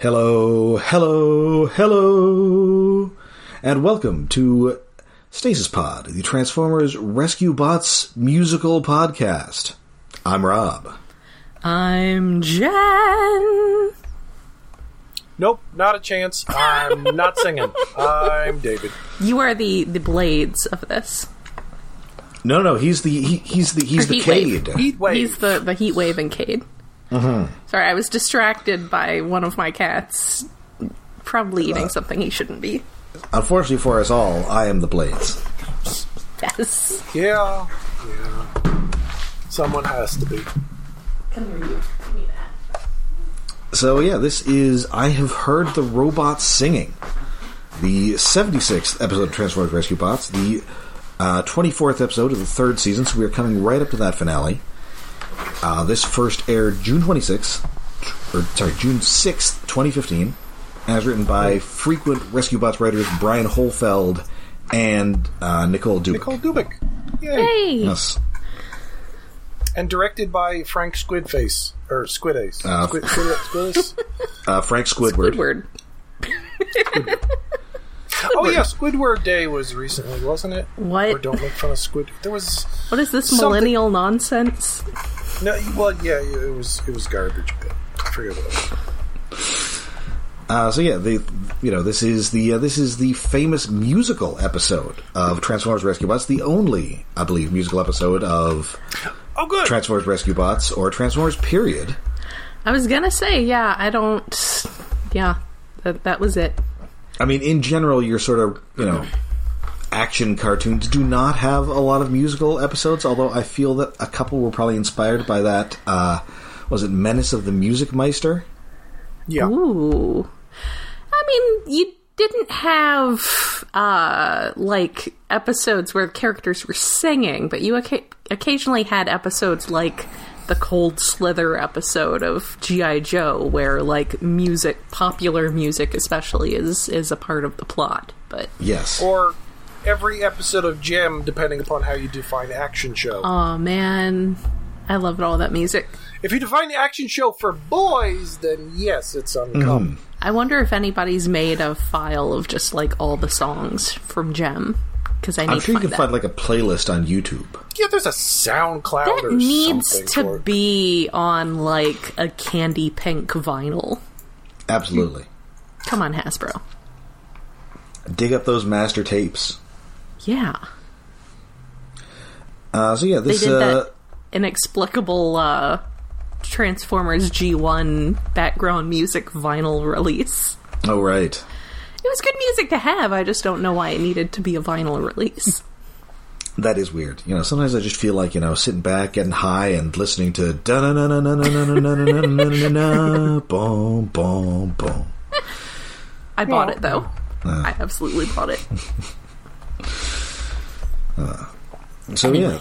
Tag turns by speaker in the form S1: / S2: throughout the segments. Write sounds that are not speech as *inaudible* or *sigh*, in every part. S1: Hello, hello, hello, and welcome to Stasis Pod, the Transformers Rescue Bots musical podcast. I'm Rob.
S2: I'm Jen.
S3: Nope, not a chance. I'm not singing. I'm David.
S2: You are the the blades of this.
S1: No, no, he's the he, he's the he's the
S2: Heat wave.
S1: Cade.
S3: Heat wave.
S2: He's the the heat wave and Cade. Sorry, I was distracted by one of my cats probably eating something he shouldn't be.
S1: Unfortunately for us all, I am the Blades.
S2: Yes.
S3: Yeah, yeah. Someone has to be.
S1: So yeah, this is I have heard the robots singing, the 76th episode of Transformers Rescue Bots, the uh, 24th episode of the third season. So we are coming right up to that finale. Uh, this first aired June 26th, or sorry, June 6th, 2015, as written by frequent Rescue Bots writers Brian Holfeld and uh, Nicole Dubic.
S3: Nicole Dubik. Yay.
S2: Hey.
S1: Yes.
S3: And directed by Frank Squidface. Or Squidace.
S1: Uh,
S3: Squid, Squid, Squidace?
S1: Uh, Frank Squidward.
S2: Squidward.
S3: oh, yeah, Squidward Day was recently, wasn't it?
S2: What?
S3: Or don't make fun of Squid. There was.
S2: What is this
S3: Something-
S2: millennial nonsense?
S3: No, well, yeah, it was it was garbage, but I forget what it was.
S1: Uh, so yeah, the you know this is the uh, this is the famous musical episode of Transformers Rescue Bots, the only I believe musical episode of
S3: Oh, good.
S1: Transformers Rescue Bots or Transformers period.
S2: I was gonna say, yeah, I don't. Yeah, that that was it.
S1: I mean, in general, your sort of you know action cartoons do not have a lot of musical episodes. Although I feel that a couple were probably inspired by that. Uh, was it Menace of the Music Meister?
S3: yeah.
S2: Ooh. I mean, you didn't have uh like episodes where characters were singing, but you oca- occasionally had episodes like the Cold Slither episode of GI Joe where like music, popular music especially is is a part of the plot. But
S1: Yes.
S3: Or every episode of Gem, depending upon how you define action show.
S2: oh man, I loved all that music.
S3: If you define the action show for boys, then yes, it's uncommon.
S2: I wonder if anybody's made a file of just like all the songs from Gem because I need
S1: I'm sure
S2: to
S1: you
S2: find
S1: can
S2: that.
S1: find like a playlist on YouTube.
S3: Yeah, there's a SoundCloud or
S2: That needs
S3: something for
S2: to
S3: it.
S2: be on like a candy pink vinyl.
S1: Absolutely.
S2: Come on, Hasbro.
S1: Dig up those master tapes.
S2: Yeah.
S1: Uh, so yeah,
S2: They
S1: this
S2: did
S1: uh,
S2: that inexplicable uh, Transformers G1 background music vinyl release.
S1: Oh right.
S2: It was good music to have. I just don't know why it needed to be a vinyl release.
S1: That is weird. You know, sometimes I just feel like, you know, sitting back, getting high and listening to da na na na na na na na na na na na boom boom boom.
S2: I bought it though. I absolutely bought it.
S1: So yeah.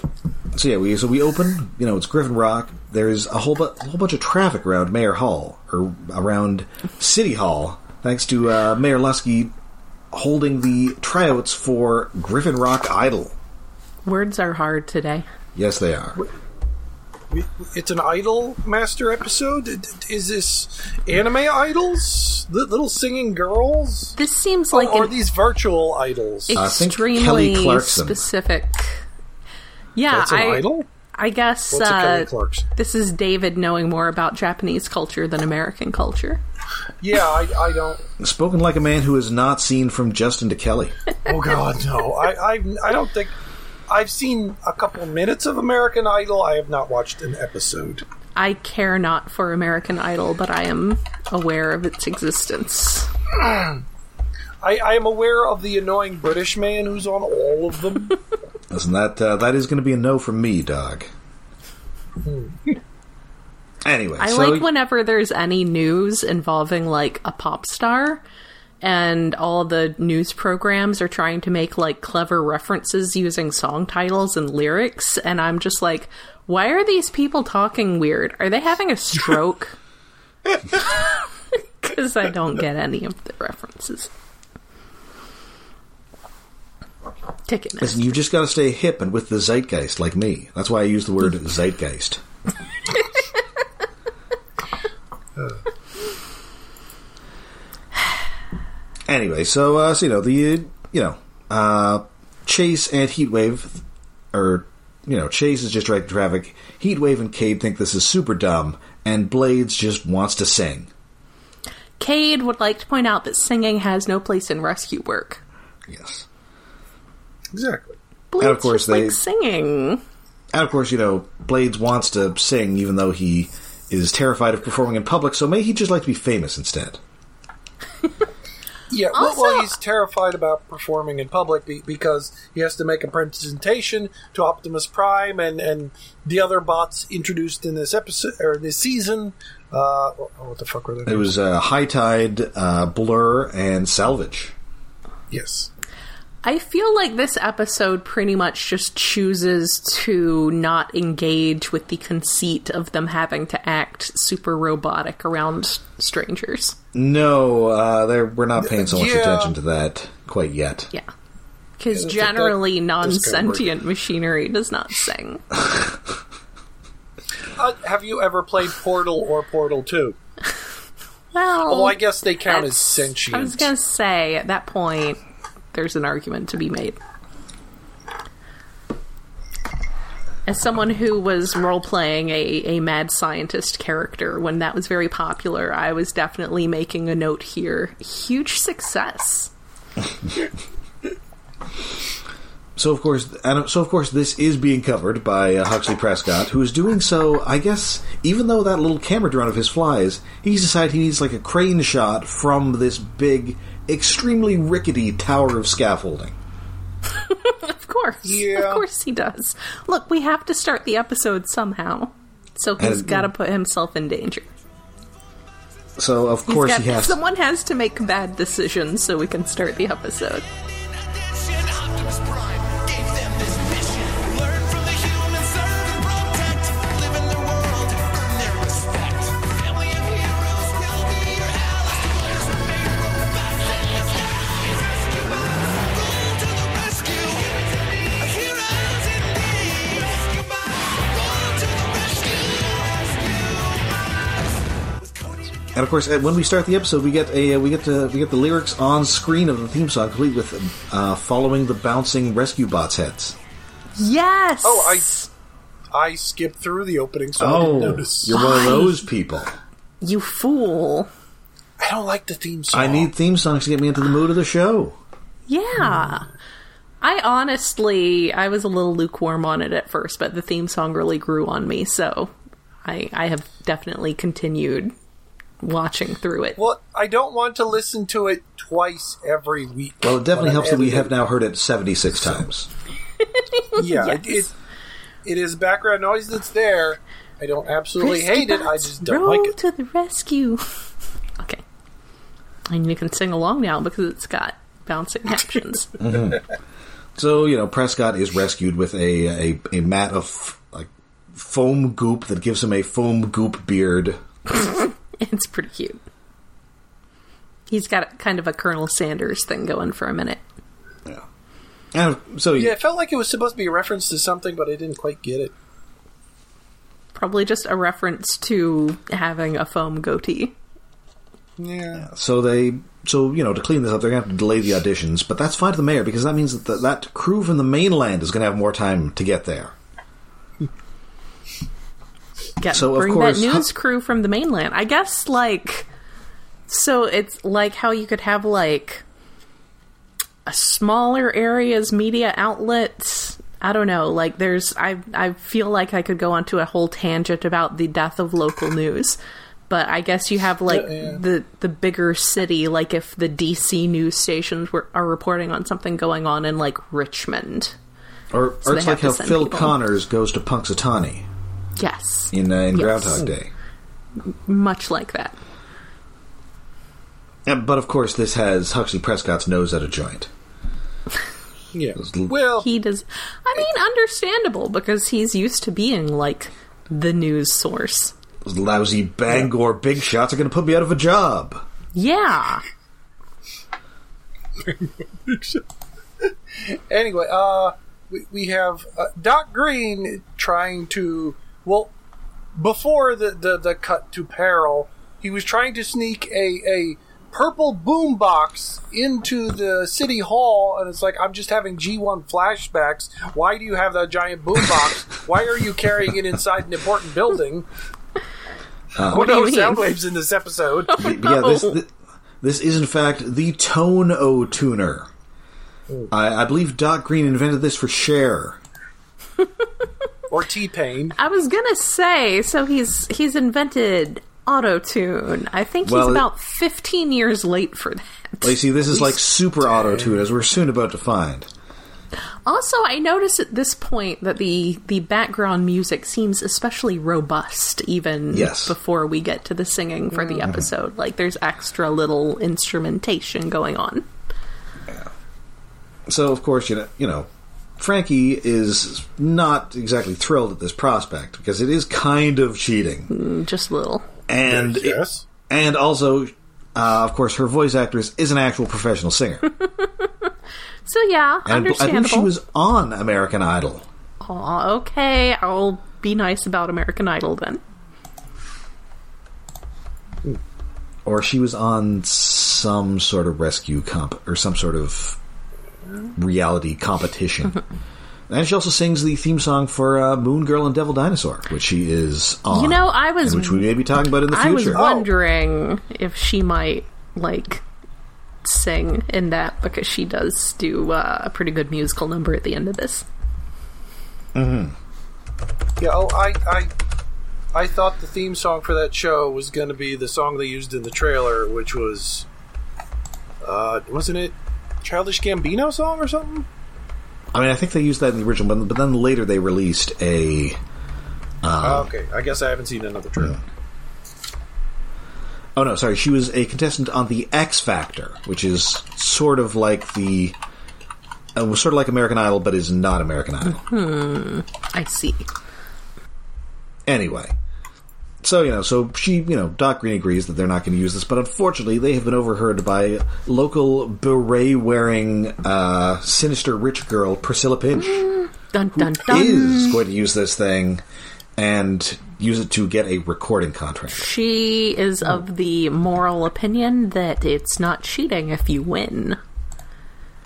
S1: So yeah, we so we open, you know, it's Griffin Rock. There's a whole bu- a whole bunch of traffic around Mayor Hall or around City Hall thanks to uh, Mayor Lusky holding the tryouts for Griffin Rock Idol.
S2: Words are hard today.
S1: Yes, they are.
S3: It's an Idol Master episode. Is this anime idols? Li- little singing girls?
S2: This seems like
S3: or
S2: an
S3: are these virtual idols?
S1: I think Kelly
S2: extremely
S1: Clarkson.
S2: specific. Yeah,
S3: That's an
S2: I,
S3: idol.
S2: I guess
S3: What's a Kelly
S2: uh,
S3: Clarkson?
S2: this is David knowing more about Japanese culture than American culture.
S3: Yeah, I, I don't.
S1: Spoken like a man who is not seen from Justin to Kelly.
S3: Oh God, no. I, I I don't think I've seen a couple minutes of American Idol. I have not watched an episode.
S2: I care not for American Idol, but I am aware of its existence.
S3: I, I am aware of the annoying British man who's on all of
S1: *laughs*
S3: them.
S1: Listen, that uh, that is going to be a no from me, dog. anyway,
S2: I
S1: so
S2: like whenever there's any news involving like a pop star and all the news programs are trying to make like clever references using song titles and lyrics and I'm just like why are these people talking weird? Are they having a
S1: *laughs*
S2: stroke? *laughs* Cuz I don't get any of the references. Ticketmaster.
S1: listen, you just got to stay hip and with the zeitgeist, like me. That's why I use the
S2: *laughs*
S1: word
S2: *sighs*
S1: zeitgeist. Anyway, so uh, so you know the you know uh, Chase and Heatwave, or you know Chase is just directing traffic. Heatwave and Cade think this is super dumb, and Blades just wants to sing.
S2: Cade would like to point out that singing has no place in rescue work.
S1: Yes,
S3: Exactly.
S2: Blades
S1: of course
S2: just
S1: they-
S2: like singing.
S1: and of course you know Blades wants to sing even though he is terrified of performing in public. So may he just like to be famous instead.
S3: Yeah, well, well,
S2: Also-
S3: he's terrified about performing in public be- because he has to make a presentation to Optimus Prime and, and the other bots introduced in this episode or this season. Uh, oh, what the fuck were they?
S1: It was uh, High Tide, uh, Blur, and Salvage.
S3: yes.
S2: I feel like this episode pretty much just chooses to not engage with the conceit of them having to act super robotic around strangers.
S1: No, uh, there- we're not paying so much
S3: Yeah.
S1: attention to that quite yet.
S2: Yeah. Because
S3: Yeah, that's-
S2: generally,
S3: that-
S2: non
S3: that's kinda weird.
S2: sentient machinery does not
S3: *laughs*
S2: sing.
S3: Uh, have you ever played Portal or Portal Two?
S2: Well,
S3: Well, Oh, I guess they count as
S2: that's-
S3: sentient.
S2: Oh, I was going to say, at that point, there's an argument to be made. As someone who was role playing a, a mad scientist character when that was very popular, I was definitely making a note here. Huge success.
S1: So of course, and so of course, this is being covered by uh, Huxley Prescott, who is doing so. I guess even though that little camera drone of his flies, he's decided he needs like a crane shot from this big, extremely rickety tower of scaffolding.
S2: Of course.
S3: Yeah.
S2: Of course he does. Look, we have to start the episode somehow. So he's
S1: And-
S2: got to put himself in danger.
S1: So of
S2: He's
S1: course
S2: got-
S1: he has.
S2: Someone has to make bad decisions so we can start the episode.
S4: Attention, Optimus Prime gave them this mission. Learn from the humans, serve and protect. Live in the world, earn their respect. Family of heroes will be your allies. Players and mayor robots in the sky. Rescue bots, go to the rescue. Heroes indeed. Rescue bots, go to the rescue.
S1: And of course, uh, when we start the episode, we get a uh, we get to we get the lyrics on screen of the theme song, complete with uh, following the bouncing rescue bots heads.
S2: Yes.
S3: Oh, I I skipped through the opening, so I didn't
S1: Oh,
S3: notice.
S1: you're one of those people.
S2: You fool.
S3: I don't like the theme song.
S1: I need theme songs to get me into the mood of the show.
S2: Yeah. I honestly, I was a little lukewarm on it at first, but the theme song really grew on me, so I, I have definitely continued watching through it.
S3: Well, I don't want to listen to it twice every week.
S1: Well, it definitely
S3: when I'm
S1: helps that we have
S3: editing.
S1: now heard it 76 times.
S3: Yeah,
S2: Yes.
S3: it, it, it is background noise that's there. I don't absolutely hate it. I
S2: bots,
S3: just don't
S2: roll
S3: like it.
S2: to the rescue. okay. And you can sing along now because it's got bouncing
S3: *laughs*
S2: captions.
S1: So, you know, Prescott is rescued with a a, a mat of like foam goop that gives him a foam goop beard.
S2: It's pretty cute. He's got a- kind of a Colonel Sanders thing going for a minute.
S1: And so
S3: Yeah, it felt like it was supposed to be a reference to something, but I didn't quite get it.
S2: Probably just a reference to having a foam goatee.
S3: Yeah.
S1: so they so you know to clean this up they're going to have to delay the auditions, but that's fine to the mayor because that means that the, that crew from the mainland is going to have more time to get there.
S2: Get,
S1: So, of
S2: bring
S1: course-
S2: that news crew from the mainland. I guess like so it's like how you could have like a smaller areas media outlets. I don't know. Like there's I I feel like I could go onto a whole tangent about the death of local news. But I guess you have like the the bigger city, like if the DC news stations were are reporting on something going on in like Richmond.
S1: Or, or
S2: they
S1: it's
S2: have
S1: like
S2: to
S1: how
S2: send
S1: Phil
S2: people.
S1: Connors goes to Punxsutawney
S2: Yes.
S1: in, uh, in
S2: Yes.
S1: Groundhog Day.
S2: Much like that.
S1: And, but of course, this has Huxley Prescott's nose at a joint.
S3: *laughs* Yeah. Well,
S2: he does i mean understandable because he's used to being like the news source
S1: Those lousy Bangor big shots are going to put me out of a job.
S2: yeah
S3: anyway, uh, we, we have uh, Doc Green trying to well before the, the the cut to peril, he was trying to sneak a a purple boombox into the city hall, and it's like I'm just having G1 flashbacks. Why do you have that giant boombox? Why are you carrying it inside an important building? what
S2: Uh, do you
S3: no
S2: mean?
S3: sound waves in
S2: *laughs*
S3: this episode.
S1: But yeah, this,
S2: No.
S3: Oh.
S1: this this is in fact the tone o tuner.
S3: Oh.
S1: I, I believe Doc Green invented this for Cher.
S3: or T Pain.
S2: I was gonna say, so he's he's invented auto tune. I think
S1: Well, it-
S2: he's about fifteen years late for that.
S1: Lacey, this is like super auto tune, as we're soon about to find.
S2: Also, I notice at this point that the the background music seems especially robust, even
S1: Yes.
S2: before we get to the singing for the episode. Like, there's extra little instrumentation going on.
S1: So of course, you know, you know, Frankie is not exactly thrilled at this prospect because it is kind of cheating,
S2: Just little.
S1: and it-
S3: Yes.
S1: and also, uh, of course, her voice actress is an actual professional singer,
S2: So yeah,
S1: and I
S2: understandable.
S1: believe she was on American Idol.
S2: Aw, okay, I'll be nice about American Idol then.
S1: or she was on some sort of rescue comp or some sort of reality
S2: *laughs*
S1: competition. and she also sings the theme song for uh, Moon Girl and Devil Dinosaur, which she is on.
S2: You know, I was-
S1: and which we may be talking about in the
S2: I was
S1: future. Oh.
S2: wondering if she might like sing in that because she does do uh, a pretty good musical number at the end of this.
S3: Yeah, oh, I, I, I thought the theme song for that show was going to be the song they used in the trailer, which was, uh, wasn't it Childish Gambino song or something?
S1: I mean, I think they used that in the original, but, but then later they released a. Uh-huh.
S3: Oh, okay, I guess I haven't seen another
S1: Hmm?
S3: trailer.
S1: Oh no, sorry. She was a contestant on the X Factor, which is sort of like the. Uh, was sort of like American Idol, but is not American Idol.
S2: I see.
S1: Anyway, so you know, so she, you know, Doc Green agrees that they're not going to use this, but unfortunately, they have been overheard by local beret-wearing, uh, sinister rich girl Priscilla Pinch
S2: Mm, Dun dun dun.
S1: is going to use this thing and use it to get a recording contract.
S2: She is
S1: Oh.
S2: of the moral opinion that it's not cheating if you win.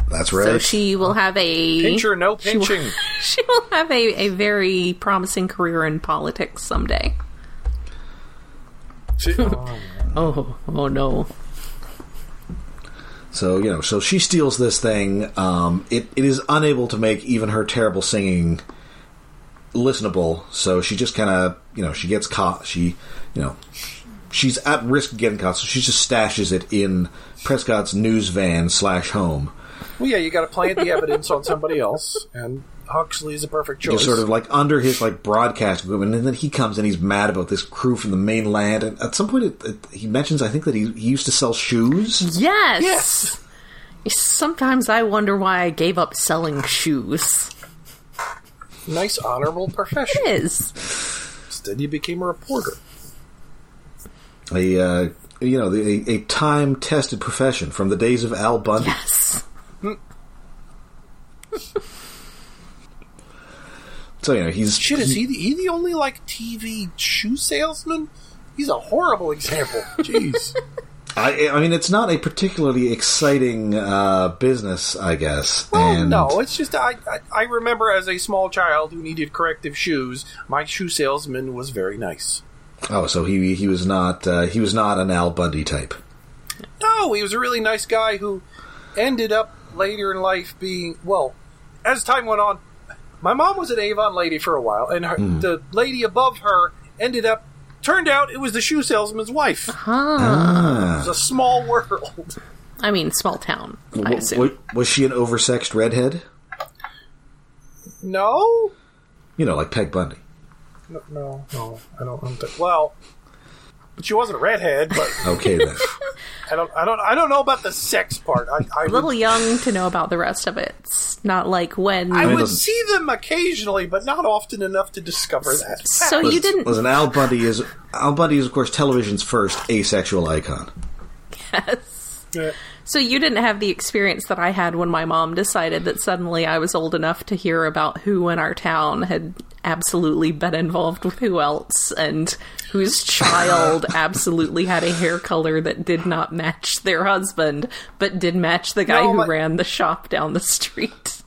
S1: That's right.
S2: So she will have a
S3: Pinch or no
S2: she will-
S3: pinching?
S2: *laughs* She will have a, a very promising career in politics someday.
S1: *laughs*
S2: Oh, oh no.
S1: So you know, so she steals this thing. Um, it it is unable to make even her terrible singing listenable. So she just kind of you know she gets caught. She you know she's at risk of getting caught. So she just stashes it in Prescott's news van slash home.
S3: *laughs* well, yeah, you got to plant the evidence on somebody else, and Huxley is a perfect choice.
S1: It's sort of like under his like broadcast equipment, and then he comes and he's mad about this crew from the mainland. And at some point, it, it, he mentions I think that he, he used to sell shoes.
S2: Yes.
S3: Yes.
S2: Sometimes I wonder why I gave up selling shoes.
S3: nice, honorable profession.
S2: Is
S3: Instead, you became a reporter.
S1: A uh, you know the, a, a time tested profession from the days of Al Bundy.
S2: yes.
S1: So you know he's
S3: Shit, is he the, he the only like TV shoe salesman? He's a
S1: *laughs*
S3: horrible example. Jeez.
S1: I, I mean, it's not a particularly exciting uh, business, I guess.
S3: Well,
S1: and
S3: no, it's just I, I I remember as a small child who needed corrective shoes, my shoe salesman was very nice.
S1: Oh, so he he was not uh, he was not an Al Bundy type.
S3: No, he was a really nice guy who ended up later in life being well. As time went on, my mom was an Avon lady for a while, and her, the lady above her ended up. Turned out it was the shoe salesman's wife. It was a small world.
S2: I mean, small town. I
S1: Wa-
S2: assume.
S1: wa- was she an oversexed redhead?
S3: No,
S1: You know, like Peg Bundy.
S3: no, no, no I don't. I don't think, well, she wasn't a redhead, but
S1: Okay
S2: *laughs*
S1: then.
S3: I don't, I don't, I don't know about the sex part. I, I
S2: A little young to know about the rest of it. It's not like when.
S3: I
S1: mean,
S3: would
S1: doesn't-
S3: see them occasionally, but not often enough to discover that.
S2: so you didn't. *laughs*
S1: Listen, Al Bundy is Al Bundy is of course television's first asexual icon.
S2: So you didn't have the experience that I had when my mom decided that suddenly I was old enough to hear about who in our town had absolutely been involved with who else and
S3: *laughs*
S2: whose child absolutely had a hair color that did not match their husband, but did match the guy
S3: No,
S2: who
S3: but-
S2: ran the shop down the
S3: *laughs*
S2: street.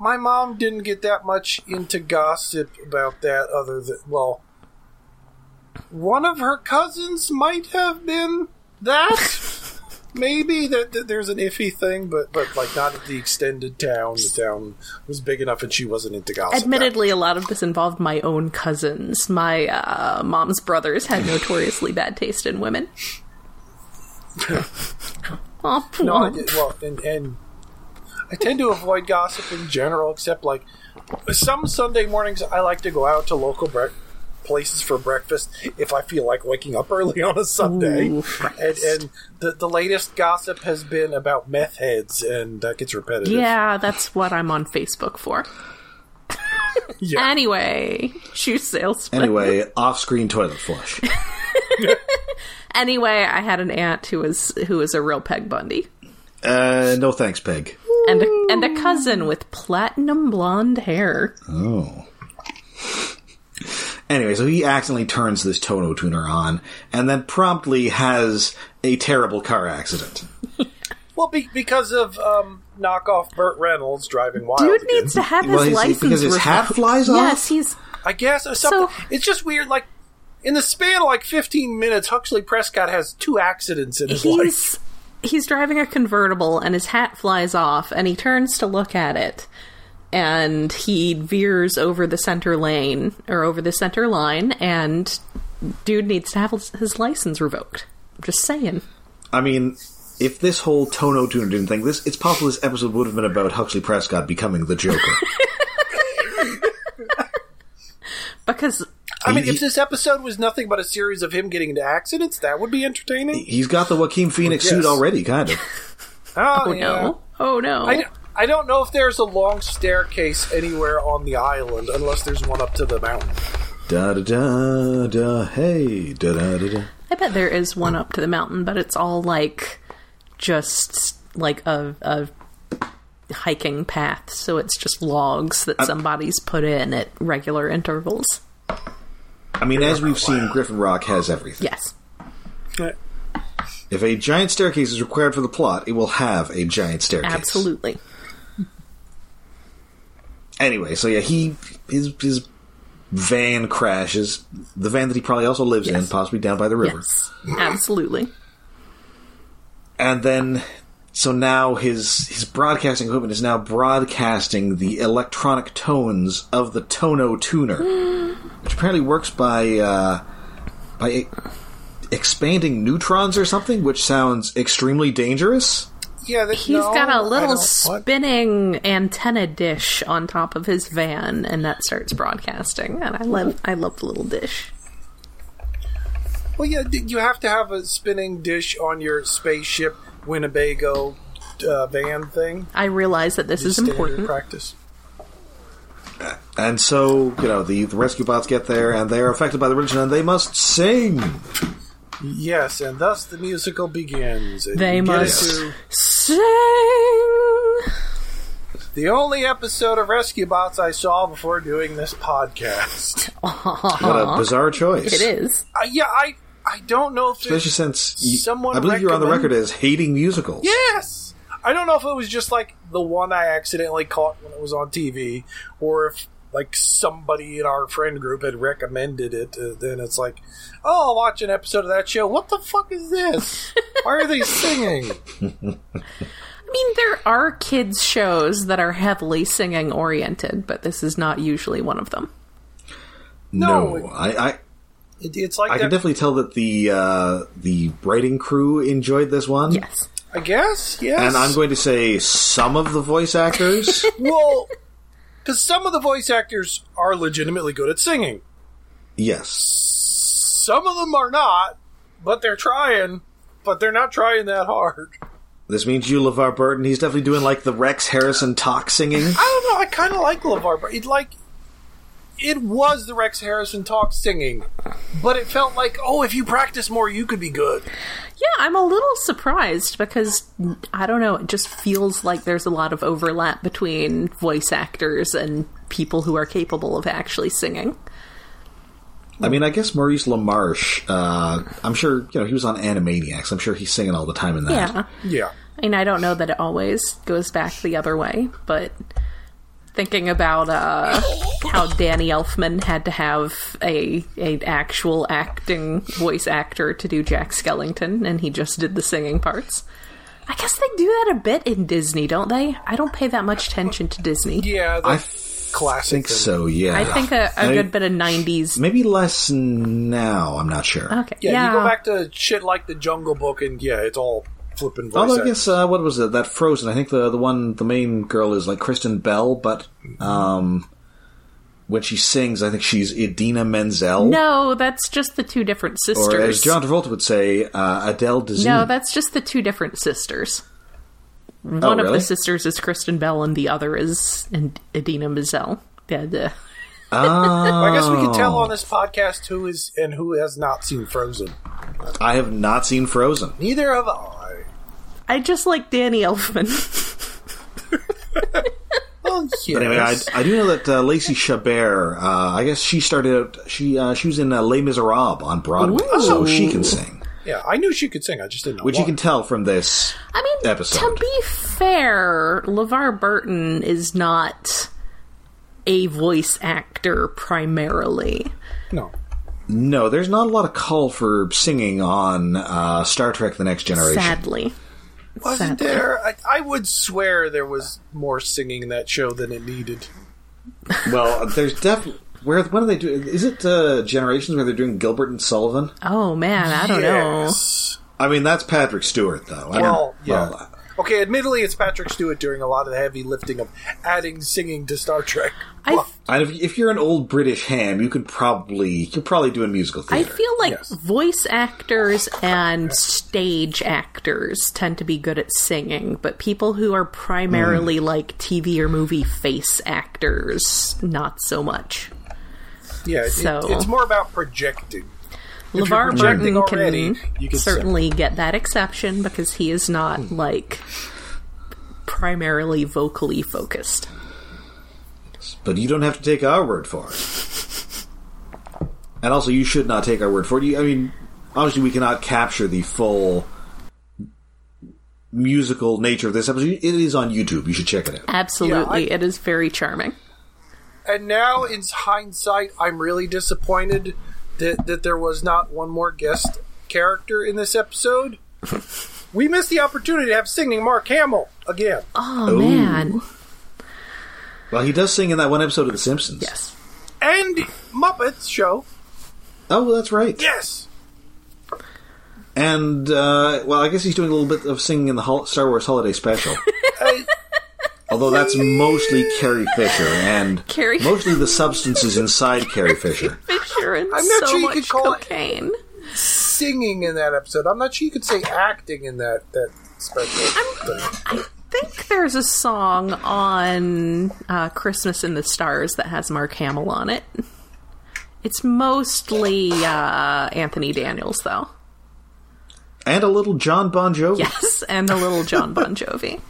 S3: my mom didn't get that much into gossip about that other than well one of her cousins might have been that maybe that, that there's an iffy thing but but like not at the extended town the town was big enough and she wasn't into gossip
S2: Admittedly, a lot of this involved my own cousins. My uh, mom's brothers had notoriously bad taste in
S3: *laughs*
S2: women. oh, poor.
S3: No, I did, well, and, and I tend to avoid gossip in general, except like some Sunday mornings I like to go out to local brec- places for breakfast if I feel like waking up *laughs* early on a Sunday.
S2: Ooh,
S3: and and the, the latest gossip has been about meth heads, and that gets repetitive.
S2: yeah, that's what I'm on Facebook for.
S3: Yeah.
S2: Anyway, shoe salesman. *laughs*
S1: Anyway, off screen toilet flush.
S2: Anyway, I had an aunt who was who was a real Peg Bundy,
S1: Uh, no thanks, Peg.
S2: and a, and a cousin with platinum blonde hair.
S1: Oh. Anyway, so he accidentally turns this Tono tuner on and then promptly has a terrible car accident.
S3: Well, be, because of um, knockoff Burt Reynolds driving wild.
S2: Dude
S3: again.
S2: needs to have his
S1: Well, he's-
S2: license
S1: because his hat
S2: revoked.
S1: flies off?
S2: Yes, he's
S3: I guess or something. it's just weird. Like in the span of like fifteen minutes, Huxley Prescott has two accidents in his life.
S2: he's he's driving a convertible and his hat flies off and he turns to look at it and he veers over the center lane or over the center line and dude needs to have his- his license revoked. I'm just saying.
S1: I mean, if this whole Tono tuner didn't think this, it's possible this episode would have been about Huxley Prescott becoming the Joker.
S2: *laughs* Because
S3: I mean,
S1: He-
S3: if this episode was nothing but a series of him getting into accidents, that would be entertaining.
S1: He's got the Joaquin Phoenix
S3: Yes.
S1: suit already, kind of.
S3: Oh,
S2: *laughs* oh
S3: yeah.
S2: no. Oh no.
S3: I, don't- I don't know if there's a long staircase anywhere on the island, unless there's one up to the mountain.
S1: Da da da da. Hey, da da da da.
S2: I bet there is one up to the mountain, but it's all like just like a, a hiking path, so it's just logs
S3: Uh,
S2: that somebody's put in at regular intervals.
S1: I mean, as we've seen, Griffin Rock has everything.
S2: Yes.
S1: If a giant staircase is required for the plot, it will have a giant staircase.
S2: Absolutely.
S1: Anyway, so yeah, he his his van crashes. The van that he probably also lives in,
S2: Yes.
S1: possibly down by the river.
S2: Yes. Absolutely.
S1: and then so now his his broadcasting equipment is now broadcasting the electronic tones of the Tono tuner,
S2: *gasps*
S1: which apparently works by uh, by e- expanding neutrons or something, which sounds extremely dangerous.
S3: Yeah, that,
S2: He's
S3: no,
S2: got
S3: I
S2: a
S3: don't-
S2: little
S3: what?
S2: spinning antenna dish on top of his van and that starts broadcasting and I love I love the little dish.
S3: Well, yeah, d- you have to have a spinning dish on your spaceship Winnebago uh, van thing.
S2: I realize that this is
S3: Standard
S2: important.
S3: practice.
S1: And so you know the, the rescue bots get there, and they are affected by the religion, and they must sing.
S3: Yes, and thus the musical begins. and
S2: They
S3: you get
S2: must
S3: into
S2: Sing
S3: the only episode of Rescue Bots I saw before doing this podcast.
S1: What a bizarre choice!
S2: It is.
S3: Uh, yeah, I I don't know if
S1: especially
S3: there's
S1: since you,
S3: Someone
S1: I believe you're on the
S3: recommend-
S1: record as hating musicals.
S3: yes. I don't know if it was just like the one I accidentally caught when it was on TV, or if like somebody in our friend group had recommended it. Uh, then it's like, oh, I'll watch an episode of that show. What the fuck is this? Why are they singing?
S2: I mean, there are kids' shows that are heavily singing oriented, but this is not usually one of them.
S1: No,
S3: No.
S1: I, I
S3: It, it's like
S1: I can
S3: that-
S1: definitely tell that the uh, the writing crew enjoyed this one.
S2: Yes.
S3: I guess yes.
S1: And I'm going to say some of the voice
S2: *laughs*
S1: actors.
S3: well because some of the voice actors are legitimately good at singing.
S1: yes.
S3: Some of them are not, but they're trying. But they're not trying that hard.
S1: This means you, LeVar Burton. He's definitely doing like the Rex Harrison talk singing.
S3: I don't know. I kind of like LeVar, but it like it was the Rex Harrison talk singing, but it felt like oh, if you practice more, you could be good.
S2: Yeah, I'm a little surprised because I don't know, it just feels like there's a lot of overlap between voice actors and people who are capable of actually singing.
S1: I mean, I guess Maurice LaMarche. Uh, I'm sure you know he was on Animaniacs. I'm sure he's singing all the time in that.
S2: Yeah.
S3: Yeah.
S2: And I don't know that it always goes back the other way, but thinking about uh, how Danny Elfman had to have a an actual acting voice actor to do Jack Skellington, and he just did the singing parts. I guess they do that a bit in Disney, don't they? I don't pay that much attention to Disney.
S3: Yeah.
S1: I
S3: The classic.
S1: think
S3: and-
S1: so. Yeah,
S2: I think a, a
S1: I-
S2: good bit of '90s.
S1: maybe less now. I'm not sure.
S2: Okay,
S3: Yeah, You go back to shit like the Jungle Book, and yeah, it's all flipping voice.
S1: Although I
S3: acting.
S1: guess uh, what was it that Frozen? I think the the one the main girl is like Kristen Bell, but um, when she sings, I think she's Idina Menzel,
S2: no, that's just the two different
S1: or as
S2: sisters.
S1: John Travolta would say, uh, Adele Dazeem.
S2: No, that's just the two different sisters. One of
S1: Oh, really?
S2: the sisters is Kristen Bell, and the other is and Adina Menzel. Yeah, the-
S1: Ah.
S3: *laughs* I guess we can
S1: oh.
S3: tell on this podcast who is and who has not seen Frozen.
S1: I have not seen Frozen.
S3: Neither have I.
S2: I just like Danny Elfman. *laughs*
S3: Well, yes.
S1: *laughs* But anyway, I, I do know that uh, Lacey Chabert. Uh, I guess she started out. She uh, she was in uh, Les Miserables on Broadway, so she can sing,
S3: yeah, I knew she could sing. I just didn't know.
S1: which you
S3: why.
S1: can tell from this.
S2: I mean,
S1: Episode.
S2: to be fair, LeVar Burton is not a voice actor primarily.
S3: No.
S1: No, there's not a lot of call for singing on uh, Star Trek: The Next Generation.
S2: Sadly,
S3: Wasn't
S2: Sadly.
S3: there? I, I would swear there was more singing in that show than it needed.
S1: Well, there's definitely. Where when are they doing? Is it uh, Generations where they're doing Gilbert and Sullivan?
S2: Oh man, I don't
S3: yes.
S1: I mean, that's Patrick Stewart, though. I
S3: Well,
S1: don't-
S3: yeah.
S1: well,
S3: Okay, admittedly, it's Patrick Stewart doing a lot of the heavy lifting of adding singing to Star Trek.
S2: know. I
S1: and if, if you're an old British ham, you could probably you're probably doing musical
S2: I
S1: theater.
S2: feel like
S3: Yes.
S2: voice actors and stage actors tend to be good at singing, but people who are primarily
S3: Mm.
S2: like TV or movie face actors, not so much.
S3: Yeah, it-
S2: So-
S3: it's more about projecting.
S2: LeVar
S3: projecting
S2: Burton
S3: already, you Hmm.
S2: can,
S3: can
S2: certainly get that exception because he is not like primarily vocally focused.
S1: but you don't have to take our word for it. and also, you should not take our word for it. You, I mean, obviously, we cannot capture the full musical nature of this episode. It is on YouTube. You should check it out.
S2: Absolutely, it is very charming.
S3: And now, in hindsight, I'm really disappointed that, that there was not one more guest character in
S2: *laughs*
S3: this episode. we missed the opportunity to have singing Mark Hamill again.
S2: Oh man,
S1: Well, he does sing in that one episode of The Simpsons.
S2: yes.
S3: And Muppets show.
S1: Oh, well, that's right.
S3: Yes.
S1: And uh, well, I guess he's doing a little bit of singing in the hol- Star Wars Holiday
S2: *laughs*
S1: Special.
S3: I-
S1: Although that's mostly Carrie Fisher and
S2: Carrie-
S1: mostly the substances inside
S2: *laughs*
S1: Carrie Fisher.
S2: Fisher
S3: *laughs*
S2: and
S3: I'm not
S2: so
S3: sure you
S2: much
S3: could call it-
S2: cocaine.
S3: singing in that episode. I'm not sure you could say acting in that that special. thing.
S2: I think there's a song on uh, Christmas in the Stars that has Mark Hamill on it. It's mostly uh, Anthony Daniels, though. *laughs*
S1: And a little John Bon Jovi.
S2: Yes, and a little John Bon Jovi.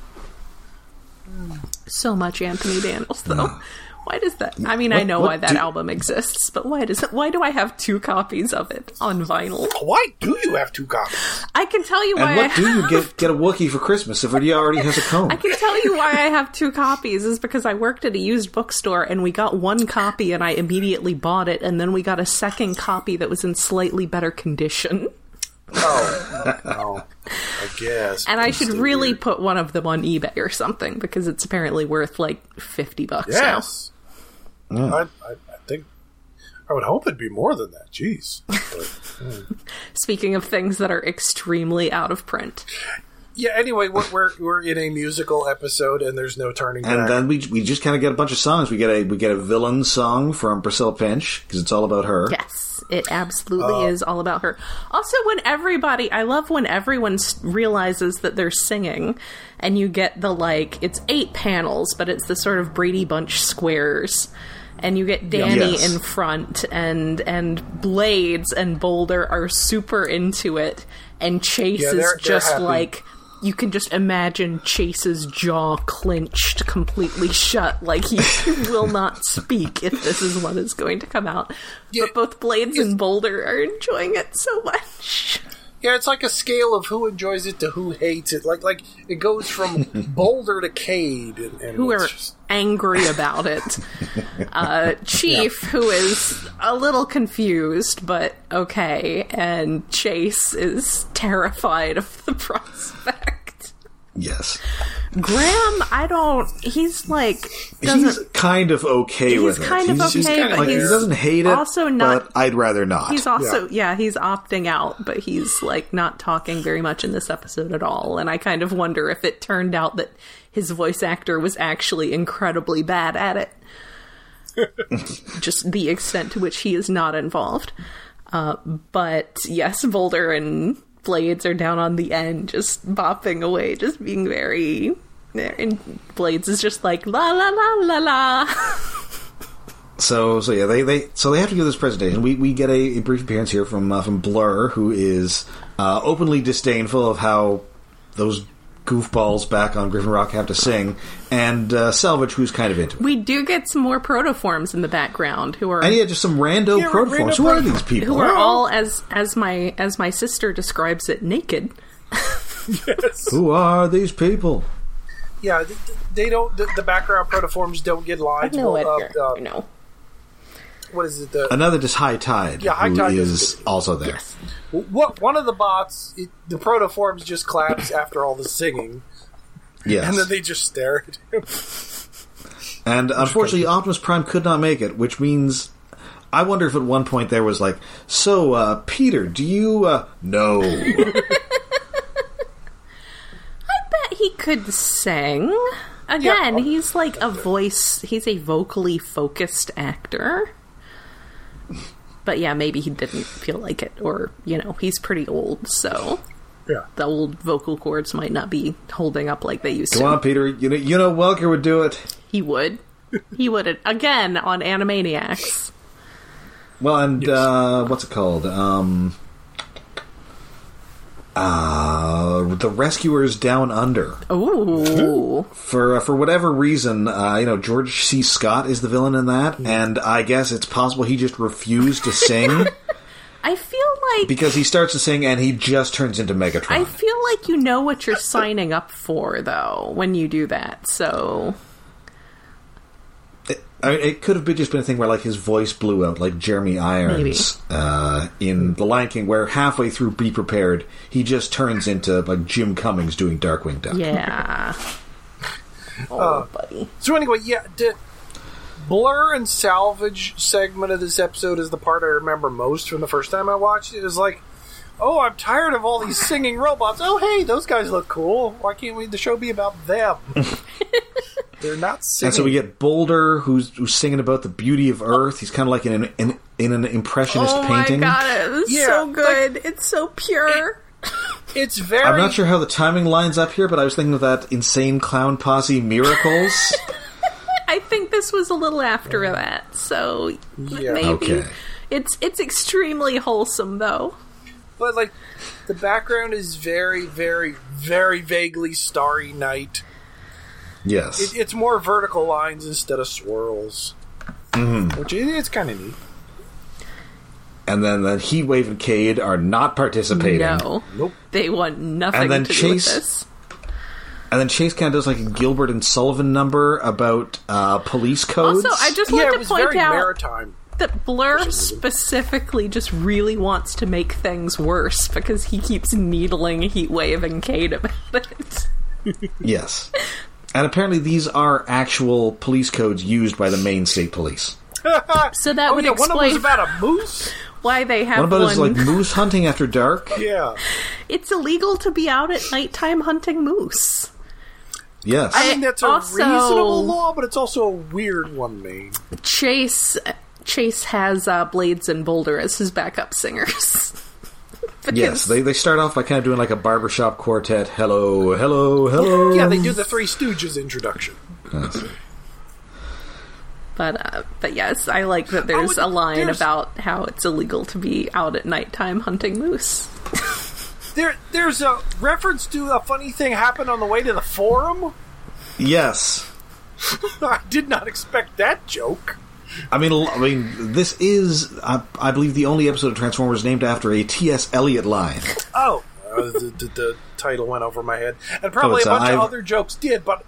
S2: So much Anthony Daniels, though. Why does that? I mean, I
S1: Mm. What-
S2: know
S1: what
S2: why that
S1: do-
S2: album exists, but why does it? Why do I have two copies of it on vinyl?
S3: Why do you have two copies?
S2: I can tell you why.
S1: And
S2: I
S1: what do
S2: have-
S1: you
S2: *laughs*
S1: get get a Wookiee for Christmas if he already has a comb?
S2: Oh, I can tell you why I have two copies is because I worked at a used bookstore and we got one copy and I immediately bought it and then we got a second copy that was in slightly better condition.
S3: Oh, no. I guess.
S2: And I
S3: It's
S2: should
S3: still
S2: really
S3: weird.
S2: put one of them on eBay or something because it's apparently worth like 50 bucks
S3: Yes. I, I, I think. I would hope it'd be more than that. Jeez.
S2: *laughs*
S3: But-
S2: now. Speaking of things that are extremely out of print.
S3: yeah. Anyway, we're, we're we're in a musical episode, and there's no turning
S1: and
S3: back.
S1: then we we just kind of get a bunch of songs. We get a we get a villain song from Priscilla Pinch because it's all about her.
S2: Yes, it absolutely is all about her. Also, when everybody, I love when everyone s- realizes that they're singing, and you get the like, it's eight panels, but it's the sort of Brady Bunch squares. And you get Danny
S1: Yes.
S2: in front, and and Blades and Boulder are super into it, and Chase
S3: Yeah,
S2: is
S3: they're- they're
S2: just
S3: happy.
S2: like you can just imagine Chase's jaw clenched, completely shut, like he *laughs* will not speak if this is what is going to come out.
S3: Yeah,
S2: but both Blades and Boulder are enjoying it so much.
S3: Yeah, it's like a scale of who enjoys it to who hates it. Like like it goes from *laughs* Boulder to Cade. And, and
S2: who
S3: it's
S2: are
S3: just-
S2: angry about
S3: *laughs*
S2: it. Uh, Chief, who is a little confused, but okay, and Chase is terrified of the *laughs* prospect.
S1: Yes.
S2: Graham, I don't. He's like
S1: He's
S2: doesn't.
S1: kind of okay with it.
S2: kind of okay,
S3: but
S1: like, he
S3: he's
S1: doesn't hate it.
S2: also
S1: But
S2: not-
S1: I'd rather not.
S2: He's also yeah. he's opting out, but he's like not talking very much in this episode at all. And I kind of wonder if it turned out that his voice actor was actually incredibly bad at it. Just the extent to which he is not involved. Uh, but yes, Boulder and Blades are down on the end, just bopping away, just being very. And Blades is just like la la la la la. *laughs*
S1: So so yeah, they, they so they have to do this presentation. We we get a, a brief appearance here from uh, from Blur, who is uh, openly disdainful of how those goofballs back on Griffin Rock have to sing, and uh, Salvage, who's kind of into it.
S2: We do get some more protoforms in the background who are
S1: And yeah, just some rando
S3: Yeah,
S1: protoforms.
S3: rando
S1: Who are
S3: proto-
S1: these people?
S2: who are all as as my as my sister describes it naked
S1: Who are these people?
S3: yeah, th- th- they don't. The, the background protoforms don't get lines. Well, uh, uh,
S2: no
S3: What is it? The,
S1: Another just High Tide,
S3: Yeah, High
S1: who
S3: Tide
S1: is
S3: is-
S1: also there.
S3: what? One of the bots. It, the protoforms just claps after all the singing,
S1: Yes.
S3: and then they just stare at him. *laughs*
S1: And unfortunately, Optimus Prime could not make it, which means I wonder if at one point there was like, "So, uh, Peter, do you uh, no?"
S2: but he could sing again he's like a voice he's a vocally focused actor but yeah maybe he didn't feel like it or you know he's pretty old so
S3: Yeah.
S2: the old vocal cords might not be holding up like they used
S1: Come
S2: to
S1: on, Peter, you know you know Welker would do it.
S2: he would he would again on animaniacs
S1: *laughs* Well, and uh, what's it called? Um, uh, the Rescuers Down Under.
S2: Oh. ooh
S1: For uh, for whatever reason, uh, you know George C. Scott is the villain in that, and I guess it's possible he just refused to sing
S2: i feel like
S1: because he starts to sing and he just turns into Megatron.
S2: I feel like you know what you're signing up for, though, when you do that. So,
S1: I mean, it could have been just been a thing where like his voice blew out, like Jeremy Irons uh, in The Lion King, where halfway through "Be Prepared," he just turns into like Jim Cummings doing Darkwing Duck.
S2: yeah. Oh,
S3: Uh,
S2: buddy.
S3: So anyway, yeah, the blur and salvage segment of this episode is the part I remember most from the first time I watched it. It was like, oh, I'm tired of all these singing robots. Oh, hey, those guys look cool. Why can't we the show be about them? They're not singing.
S1: And so we get Boulder, who's, who's singing about the beauty of Earth. He's kind of like in an in, in an impressionist
S2: Oh
S1: painting.
S2: my god, it was
S3: Yeah,
S2: so
S3: like-
S2: good. it's so pure.
S3: it's very.
S1: I'm not sure how the timing lines up here, but I was thinking of that insane clown posse
S2: *laughs*
S1: miracles.
S2: I think this was a little after that, so maybe
S1: Okay.
S2: it's it's extremely wholesome, though.
S3: But like, the background is very, very, very vaguely Starry Night.
S1: yes,
S3: It, it's more vertical lines instead of swirls,
S1: Mm-hmm.
S3: which is, it's kind of neat.
S1: and then then Heatwave and Cade are not participating.
S2: No,
S3: Nope.
S2: they want nothing
S1: And then
S2: to do with
S1: Chase-
S2: this.
S1: And then Chase kind of does like a Gilbert and Sullivan number about uh, police codes.
S2: Also, I just
S3: yeah,
S2: want
S3: it
S2: to
S3: was
S2: point
S3: very
S2: out
S3: maritime.
S2: that Blur specifically just really wants to make things worse because he keeps needling Heatwave and Kate *laughs* about it.
S1: yes. And apparently, these are actual police codes used by the Maine State Police.
S2: So that
S3: Oh
S2: would
S3: yeah, one of them
S2: explain
S3: was about a moose.
S2: why they have
S1: What about
S2: one.
S1: is like moose hunting after dark?
S3: Yeah,
S2: It's illegal to be out at nighttime hunting moose.
S1: Yes.
S3: I think that's a
S2: Also-
S3: reasonable law, but it's also a weird one, man.
S2: Chase Chase has uh, Blades and Boulder as his backup singers. *laughs* Because-
S1: yes. They, they start off by kind of doing like a barbershop quartet. Hello, hello, hello.
S3: Yeah, they do the Three Stooges introduction.
S2: But uh, but yes, I like that there's
S3: would-
S2: a line
S3: there's-
S2: about how it's illegal to be out at nighttime hunting moose.
S3: there there's a reference to a funny thing happened on the way to the forum. *laughs*
S1: Yes.
S3: I did not expect that joke.
S1: I mean, l- I mean, this is, I, I believe, the only episode of Transformers named after a T.S. Eliot line.
S3: Oh, uh, the, the, the title went over my head, and probably
S1: it's,
S3: a bunch
S1: uh,
S3: of
S1: I-
S3: other jokes did, but.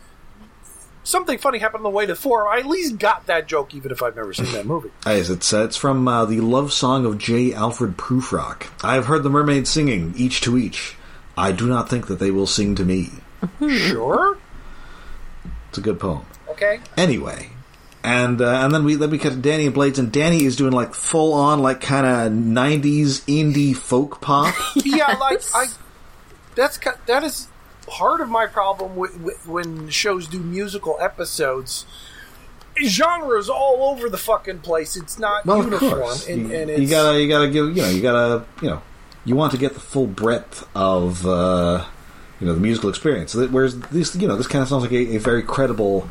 S3: Something funny happened on the way to the forum. I at least got that joke, even if I've never seen that *laughs* movie.
S1: As it's, uh, it's from uh, the love song of J. Alfred Prufrock. I have heard the mermaids singing, each to each. I do not think that they will sing to me.
S3: sure.
S1: It's a good poem.
S3: Okay.
S1: Anyway, and uh, and then we then we cut to Danny and Blades, and Danny is doing like full on like kind of '90s indie folk pop.
S3: Yeah, like I. That's ki- that is part of my problem with, with when shows do musical episodes. Genres all over the fucking place. It's not
S1: well, of
S3: uniform,
S1: course,
S3: and,
S1: you,
S3: and
S1: you
S3: it's
S1: gotta you gotta give you know you gotta you know you want to get the full breadth of uh, you know the musical experience. So that- Whereas this you know this kind of sounds like a, a very credible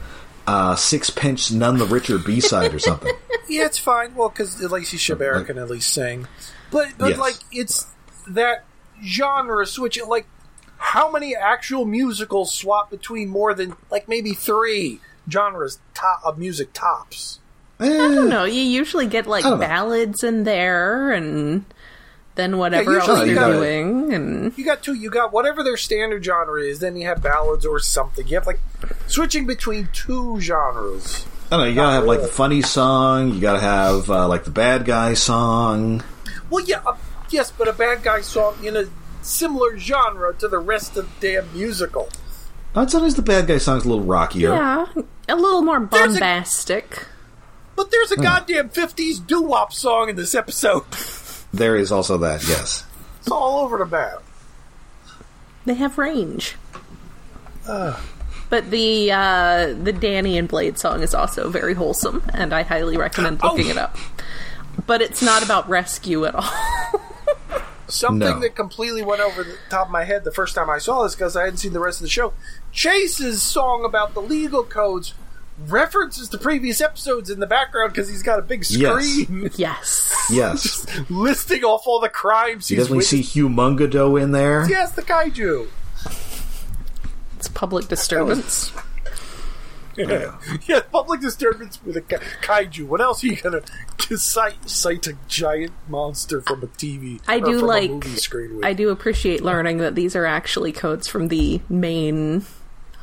S1: uh, sixpence none the richer B side or
S3: *laughs*
S1: something.
S3: yeah, it's fine. Well, because Lacey Chabert
S1: Like-
S3: can at least sing, but but
S1: Yes.
S3: like it's that genre switch. Like how many actual musicals swap between more than like maybe three genres top, of music tops?
S1: Eh,
S2: I don't know. You usually get like
S1: I don't know.
S2: ballads in there, and then whatever else you're
S3: usually
S1: you gotta-
S2: doing, and
S3: you got two. You got whatever their standard genre is. Then you have ballads or something. You have like switching between two genres.
S1: I don't know. You gotta have like the funny song. You gotta have uh, like the bad guy song.
S3: Well, yeah, uh, yes, but a bad guy song in a similar genre to the rest of the damn musical.
S1: Not sometimes the bad guy song's a little rockier.
S2: yeah, a little more
S3: There's a-
S2: bombastic.
S3: But there's
S1: Hmm.
S3: a goddamn fifties doo wop song in this episode. *laughs*
S1: There is also that. Yes.
S3: It's all over the map.
S2: They have range. But the uh, the Danny and Blade song is also very wholesome, and I highly recommend looking
S3: Oh.
S2: it up. But it's not about rescue at all. *laughs*
S3: Something
S1: No.
S3: that completely went over the top of my head the first time I saw this because I hadn't seen the rest of the show. Chase's song about the legal codes references the previous episodes in the background because he's got a big
S1: Yes.
S3: screen.
S2: yes.
S3: *laughs*
S1: Yes.
S3: listing off all the crimes
S1: You
S3: he's
S1: definitely
S3: witnessed.
S1: see Hugh Mungado in there.
S3: Yes, the kaiju.
S2: It's public disturbance.
S1: Yeah.
S3: *laughs* Yeah, public disturbance with a ka- kaiju. What else are you gonna cite? Cite a giant monster from a TV.
S2: I
S3: or
S2: do
S3: from
S2: like
S3: a movie screen. With.
S2: I do appreciate learning that these are actually codes from the main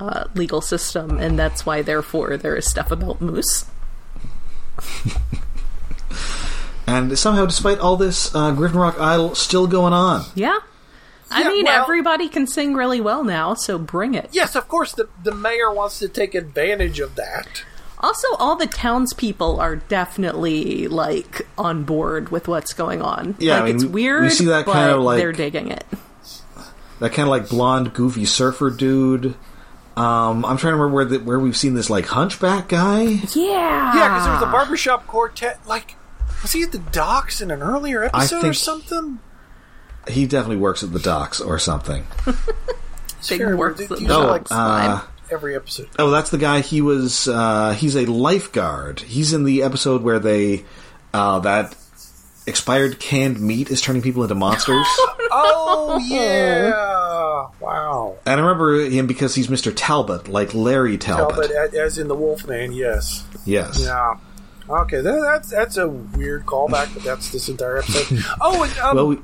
S2: uh, legal system, and that's why therefore there is stuff about moose.
S1: And somehow, despite all this, uh, Griffin Rock Idol still going on.
S2: Yeah. I
S3: Yeah,
S2: mean,
S3: well-
S2: everybody can sing really well now, so bring it.
S3: Yes, of course. The the mayor wants to take advantage of that.
S2: Also, all the townspeople are definitely like on board with what's going on.
S1: Yeah,
S2: like,
S1: I mean,
S2: it's
S1: we-
S2: weird.
S1: we see that
S2: but
S1: kind of, like-
S2: they're digging it.
S1: That kind of like blonde, goofy surfer dude. Um, I'm trying to remember where the, where we've seen this like hunchback guy.
S2: Yeah,
S3: Yeah, because there
S2: Ah.
S3: was a barbershop quartet. Like, was he at the docks in an earlier episode or
S1: think-
S3: something?
S1: He definitely works at the docks or something.
S2: big
S3: Sure,
S2: work
S3: dude,
S2: that Oh,
S3: you
S2: looks
S3: know,
S2: like
S3: uh,
S2: slime.
S3: Every episode.
S1: Oh, that's the guy. He was. Uh, he's a lifeguard. He's in the episode where they uh, that expired canned meat is turning people into monsters.
S2: *laughs*
S3: Oh yeah! Wow.
S1: and I remember him because he's Mr. Talbot, like Larry Talbot.
S3: Talbot, a- as in the Wolfman. Yes.
S1: Yes.
S3: Yeah. Okay, tha- that's that's a weird callback, but that's this
S1: *laughs*
S3: entire episode. Oh, and um,
S1: Well, we,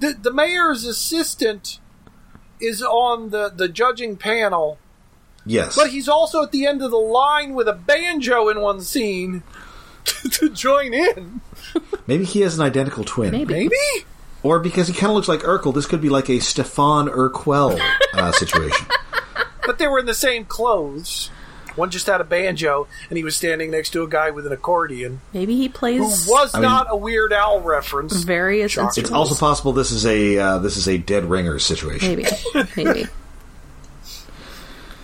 S3: the, the mayor's assistant is on the, the judging panel,
S1: yes.
S3: but he's also at the end of the line with a banjo in one scene *laughs* to, to join in.
S1: Maybe he has an identical twin.
S2: Maybe.
S3: Maybe?
S1: Or because he kind of looks like Urkel, this could be like a Stefan Urquell uh, situation.
S3: But they were in the same clothes. One just had a banjo, and he was standing next to a guy with an accordion
S2: Maybe he plays
S3: who was
S1: mean-
S3: not a Weird Owl reference.
S2: various
S3: Shocker.
S1: It's
S2: instruments.
S1: also possible this is a uh, this is a dead ringer situation.
S2: maybe, maybe,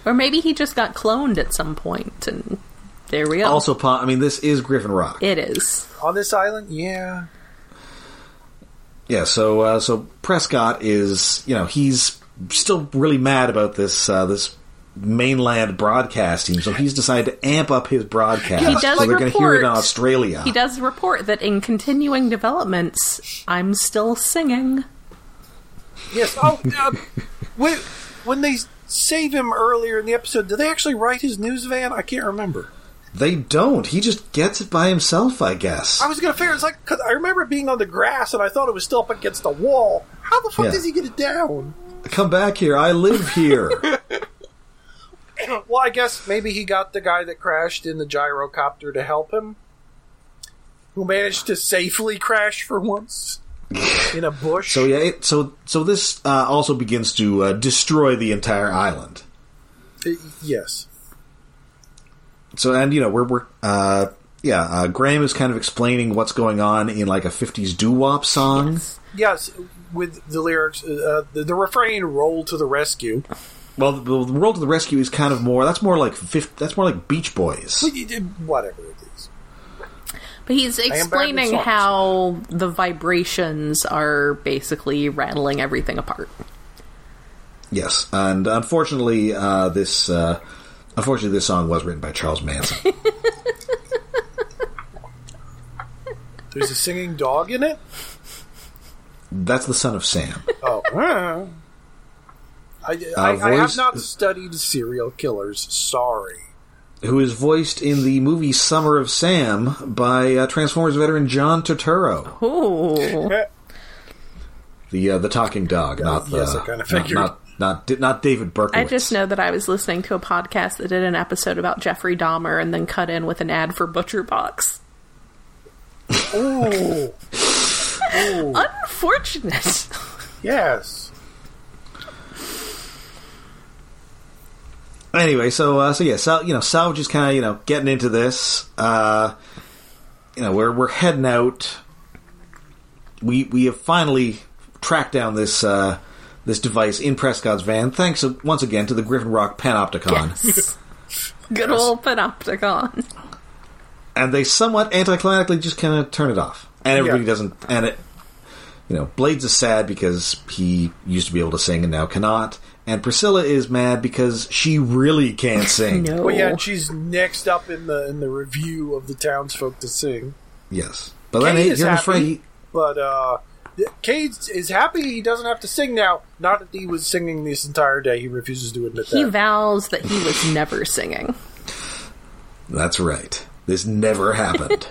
S2: or maybe he just got cloned at some point, and there we go.
S1: Also, po- I mean, this is Griffin Rock.
S2: it is.
S3: On this island? Yeah.
S1: yeah. So uh, so Prescott is you know he's still really mad about this uh, this mainland broadcasting, so he's decided to amp up his broadcast.
S2: He does
S1: so they're gonna hear it
S2: report-
S1: on Australia.
S2: He does report that in continuing developments, I'm still singing.
S3: Yes. Oh, uh, wait, when they save him earlier in the episode, do they actually write his news van? I can't remember.
S1: They don't. He just gets it by himself, I guess.
S3: I was gonna figure it's like 'cause I remember it being on the grass and I thought it was still up against a wall. How the fuck
S1: Yeah.
S3: does he get it down? *coughs*
S1: Come back here. I live
S2: *laughs*
S1: here.
S3: well, I guess maybe he got the guy that crashed in the gyrocopter to help him, who managed to safely crash
S1: *laughs*
S3: for once in a bush.
S1: so yeah. It, so so this uh, also begins to uh, destroy the entire island.
S3: Uh, yes.
S1: So and you know we're we're uh, yeah. Uh, Graham is kind of explaining what's going on in like a '50s doo wop song.
S3: Yes, with the lyrics, uh, the, the refrain "Roll to the rescue." *laughs*
S1: Well, the, the Roll to the Rescue is kind of more. That's more like fif- that's more like Beach Boys.
S3: But you did- Whatever it is.
S2: But he's
S3: with
S2: explaining
S3: socks.
S2: how the vibrations are basically rattling everything apart.
S1: Yes, and unfortunately, uh, this uh, unfortunately this song was written by Charles
S3: *laughs*
S1: Manson.
S3: There's a singing dog in it.
S1: that's the son of Sam.
S3: *laughs* Oh. I, I, I have
S1: voice-
S3: not studied serial killers. Sorry.
S1: who is voiced in the movie Summer of Sam by uh, Transformers veteran John Turturro,
S2: Ooh.
S3: Eh,
S1: the uh, the talking dog, not the
S3: yes, I kinda figured.
S1: not not not, di- not David Berkowitz.
S2: I just know that I was listening to a podcast that did an episode about Jeffrey Dahmer and then cut in with an ad for Butcher Box.
S3: Ooh.
S2: Unfortunate. *laughs*
S3: yes.
S1: Anyway, so uh, so yeah, Sal, you know, Salvage is kind of you know getting into this. Uh, you know, we're we're heading out. We we have finally tracked down this uh, this device in Prescott's van, thanks uh, once again to the Griffin Rock Panopticon,
S2: Yes. *laughs* Good old Panopticon.
S1: and they somewhat anticlimactically just kind of turn it off, and everybody
S3: Yeah.
S1: doesn't. And it, you know, Blades is sad because he used to be able to sing and now cannot, and Priscilla is mad because she really
S3: *laughs*
S1: can't sing.
S2: No.
S3: Well, yeah, and she's next up in the in the review of the townsfolk to sing.
S1: Yes, but then
S3: Cade
S1: hey,
S3: is
S1: you're
S3: happy,
S1: afraid.
S3: but uh, th- Cade is happy he doesn't have to sing now. Not that he was singing this entire day. He refuses to admit
S2: he
S3: that.
S2: vows that he was never singing.
S1: That's right. This never happened.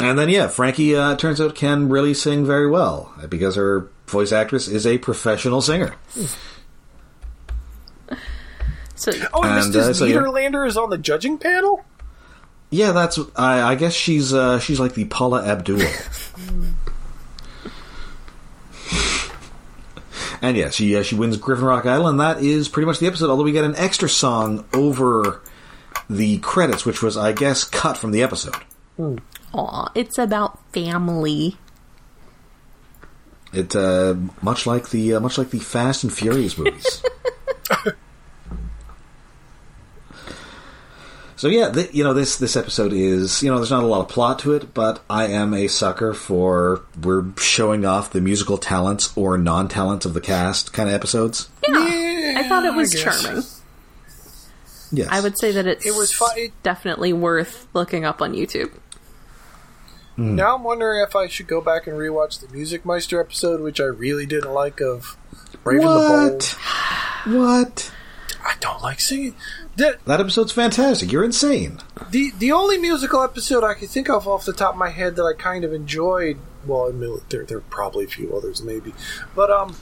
S1: and then, yeah, Frankie uh, turns out can really sing very well uh, because her voice actress is a professional singer.
S2: So
S3: oh, and
S1: And,
S3: Mrs.
S1: uh, so, yeah.
S3: Niederlander is on the judging panel.
S1: Yeah, that's. I, I guess she's uh, she's like the Paula Abdul. and yeah, she uh, she wins Griffin Rock Island. That is pretty much the episode. Although we get an extra song over the credits, which was, I guess, cut from the episode.
S2: aw, it's about family.
S1: It uh, much like the uh, much like the Fast and Furious
S2: *laughs*
S1: movies. so yeah, th- you know this this episode is you know there's not a lot of plot to it, but I am a sucker for we're showing off the musical talents or non talents of the cast kind of episodes.
S2: Yeah. I thought it was
S3: I guess.
S2: charming.
S1: Yes,
S2: I would say that it's
S3: It was fu- it-
S2: definitely worth looking up on YouTube.
S3: Now I'm wondering if I should go back and rewatch the Music Meister episode, which I really didn't like of Brave and the Bold.
S1: What? What?
S3: I don't like singing. The,
S1: That episode's fantastic. You're insane.
S3: the the only musical episode I can think of off the top of my head that I kind of enjoyed. Well, I mean, there there are probably a few others, maybe, but um,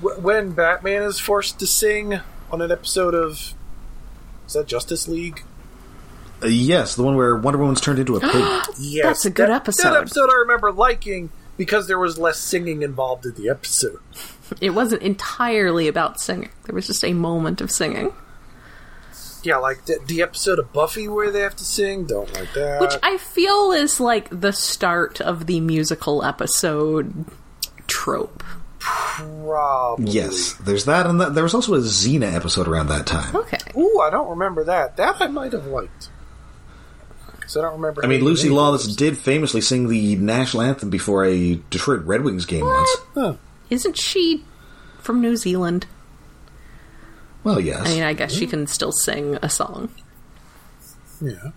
S3: w- when Batman is forced to sing on an episode of is that Justice League?
S1: Uh, yes, the one where Wonder Woman's turned into a
S2: *gasps*
S1: pig.
S3: Yes,
S2: That's a good
S3: that-
S2: episode.
S3: That episode I remember liking because there was less singing involved in the episode.
S2: It wasn't entirely about singing. There was just a moment of singing,
S3: Yeah, like the, the episode of Buffy where they have to sing. Don't like that.
S2: which I feel is like the start of the musical episode trope.
S3: probably.
S1: yes, there's that, and that, there was also a Xena episode around that time.
S2: Okay.
S3: Ooh, I don't remember that. That I might have liked. Because I don't remember.
S1: I mean,
S3: hating
S1: Lucy
S3: any of
S1: Lawless
S3: those.
S1: did famously sing the national anthem before a Detroit Red Wings game once.
S3: Huh.
S2: Isn't she from New Zealand?
S1: Well, yes.
S2: I mean, I guess she can still sing a song.
S3: Yeah.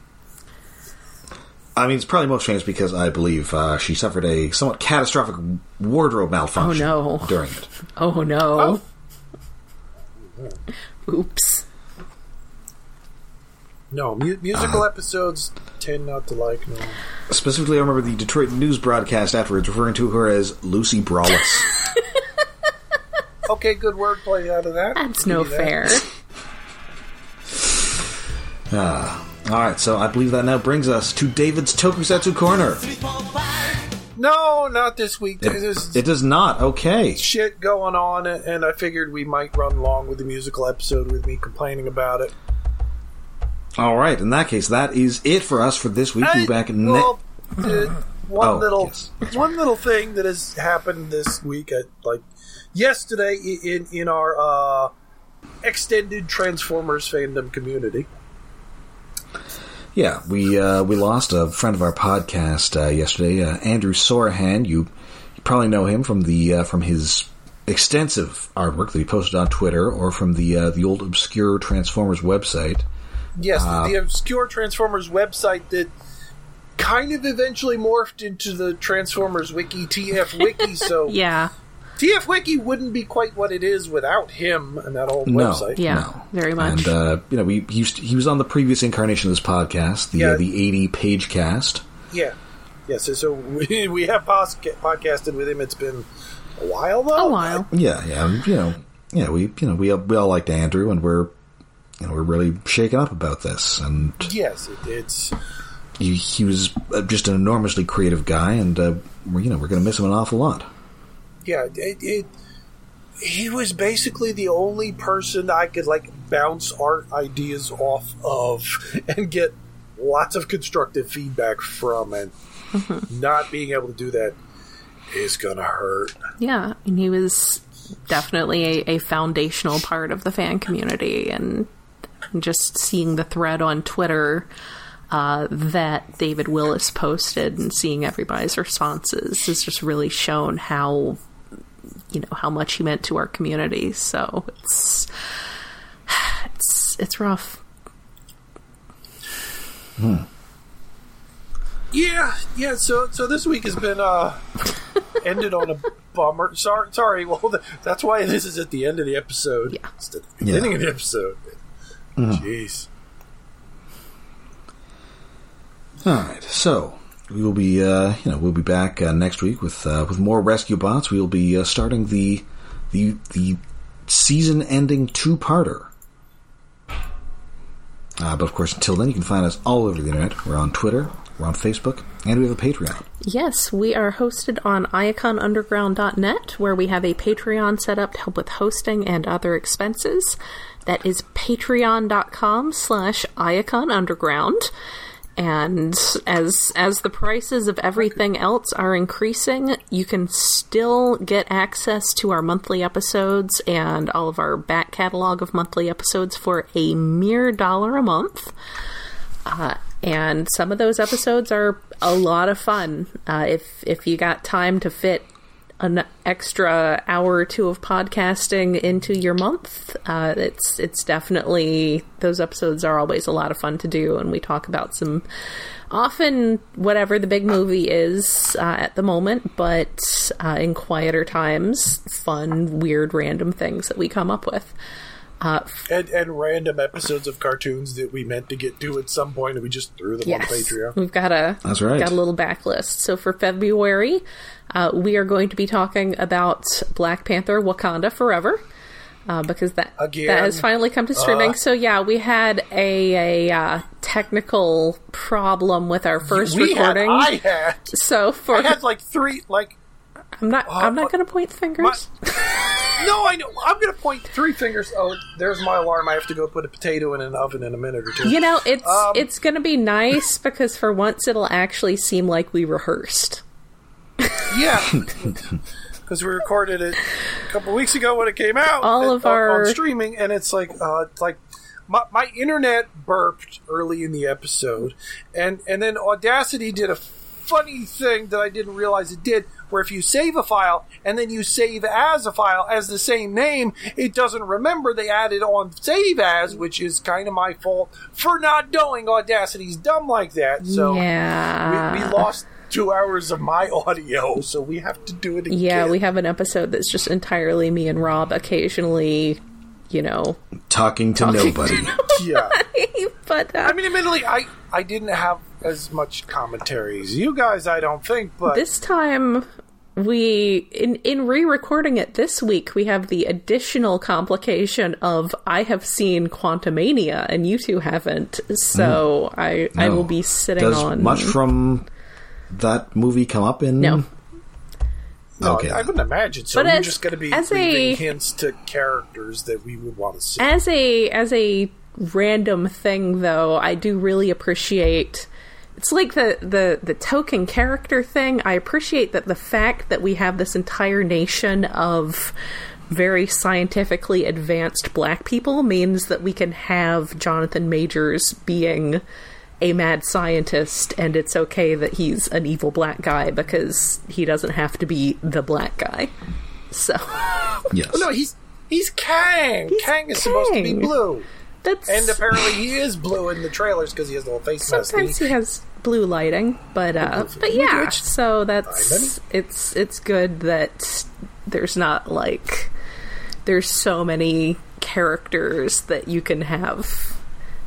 S1: I mean, it's probably most famous because I believe uh, she suffered a somewhat catastrophic wardrobe malfunction
S2: Oh, no.
S1: during it.
S2: Oh no. Oops.
S3: No, mu-
S1: Uh-huh.
S3: musical episodes tend not to like me.
S1: Specifically, I remember the Detroit news broadcast afterwards referring to her as Lucy Brawless.
S2: *laughs*
S3: Okay, good wordplay out of that.
S2: That's no
S3: Give me that.
S2: fair.
S1: All right, so I believe that now brings us to David's Tokusatsu Corner.
S3: No, not this week. There's
S1: It, it does not. Okay.
S3: shit going on, and- and I figured we might run long with the musical episode with me complaining about it.
S1: All right. In that case, that is it for us for this week. We'll be back ne-
S3: well, uh, one
S1: Oh,
S3: little
S1: yes.
S3: one little thing that has happened this week, at, like yesterday i- in in our uh, extended Transformers fandom community.
S1: Yeah, we uh, we lost a friend of our podcast uh, yesterday, uh, Andrew Sorahan. You, you probably know him from the uh, from his extensive artwork that he posted on Twitter, or from the uh, the old obscure Transformers website.
S3: Yes, the, the obscure Transformers website that kind of eventually morphed into the Transformers Wiki TF Wiki. So
S2: Yeah.
S3: TF Wiki wouldn't be quite what it is without him and that old
S1: No,
S3: website.
S2: Yeah,
S1: no.
S2: very much.
S1: And uh, you know, we he used he was on the previous incarnation of this podcast, the
S3: Yeah.
S1: uh, the eighty page cast.
S3: Yeah. Yeah, so, *laughs* so we, we have pos- podcasted with him. It's been a while, though.
S2: A while.
S1: Yeah, yeah, and, you know, yeah. We you know we all- we all liked Andrew, and we're you know we're really shaken up about this, and
S3: Yes, it, it's.
S1: he, he was uh, just an enormously creative guy, and uh, we're, you know we're going to miss him an awful lot.
S3: Yeah, it, it. He was basically the only person I could, like, bounce art ideas off of *laughs* and get lots of constructive feedback from, and not being able to do that is going to hurt.
S2: Yeah, and he was definitely a, a foundational part of the fan community, and just seeing the thread on Twitter uh, that David Willis posted and seeing everybody's responses has just really shown how you know how much he meant to our community. So it's *sighs* it's it's rough.
S3: Yeah, yeah. So, so this week has been uh ended on a bummer. Sorry, sorry. Well, th- that's why this is at the end of the episode.
S2: Yeah.
S3: It's the beginning of the episode. Jeez.
S1: All right, so we will be uh, you know we'll be back uh, next week with uh, with more rescue bots. We will be uh, starting the the the season ending two parter. Uh, but of course, until then, you can find us all over the internet. We're on Twitter, we're on Facebook, and we have a Patreon.
S2: Yes, we are hosted on iaconunderground.net, where we have a Patreon set up to help with hosting and other expenses. That is patreon.com slash iaconunderground. And as as the prices of everything else are increasing, you can still get access to our monthly episodes and all of our back catalog of monthly episodes for a mere dollar a month and some of those episodes are a lot of fun. Uh, if if you got time to fit an extra hour or two of podcasting into your month, uh, it's it's definitely those episodes are always a lot of fun to do, and we talk about some often whatever the big movie is uh, at the moment, but uh, in quieter times, fun, weird, random things that we come up with.
S3: And and random episodes of cartoons that we meant to get to at some point, and we just threw them on
S2: *laughs*
S3: Patreon.
S2: We've got a
S1: That's right.
S2: got a little backlist. So for February, uh, we are going to be talking about Black Panther: Wakanda Forever. Uh, because that
S3: Again. Uh,
S2: that has finally come to streaming. so yeah, we had a, a uh, technical problem with our first
S3: We had,
S2: recording.
S3: I had,
S2: so for
S3: I had like uh, three. Like,
S2: I'm not I'm not
S3: what-
S2: going to point fingers.
S3: no, I know. I'm gonna point three fingers. Oh, there's my alarm. I have to go put a potato in an oven in a minute or two.
S2: you know it's
S3: um,
S2: it's going to be nice because for once it'll actually seem like we rehearsed. *laughs*
S3: Yeah. Because we recorded it a couple weeks ago when it came out.
S2: All
S3: and-
S2: of
S3: on-
S2: our-
S3: on streaming, and it's like uh, it's like my, my internet burped early in the episode, and and then Audacity did a funny thing that I didn't realize it did, where if you save a file and then you save as a file as the same name, it doesn't remember they added on save as, which is kind of my fault for not knowing Audacity's dumb like that. So
S2: yeah.
S3: we, we lost two hours of my audio, so we have to do it again.
S2: yeah, we have an episode that's just entirely me and Rob occasionally, you know.
S1: Talking to nobody.
S3: yeah.
S2: but uh,
S3: I mean, admittedly, I I didn't have as much commentary as you guys. I don't think, but
S2: this time we in in re-recording it this week we have the additional complication of I have seen Quantumania and you two haven't. So I I will be sitting
S1: Does
S2: on
S1: much from that movie come up in?
S2: No.
S3: no,
S1: Okay.
S3: uh, I, wouldn't imagine. So
S2: But
S3: we're
S2: as-
S3: just going to be
S2: as a-
S3: leaving hints to characters that we would want to see.
S2: as a as a random thing though i do really appreciate it's like the the the token character thing i appreciate that the fact that we have this entire nation of very scientifically advanced black people means that we can have jonathan majors being a mad scientist and it's okay that he's an evil black guy because he doesn't have to be the black guy so
S1: Yes.
S3: Oh, no, he's he's Kang. Kang is supposed to be
S2: Kang.
S3: blue,
S2: that's
S3: and apparently he is blue in the trailers because he has the whole face mask.
S2: sometimes he
S3: thing.
S2: has blue lighting but uh but yeah
S3: Which-
S2: so
S3: Diamond?
S2: that's it's it's good that there's not like there's so many characters that you can have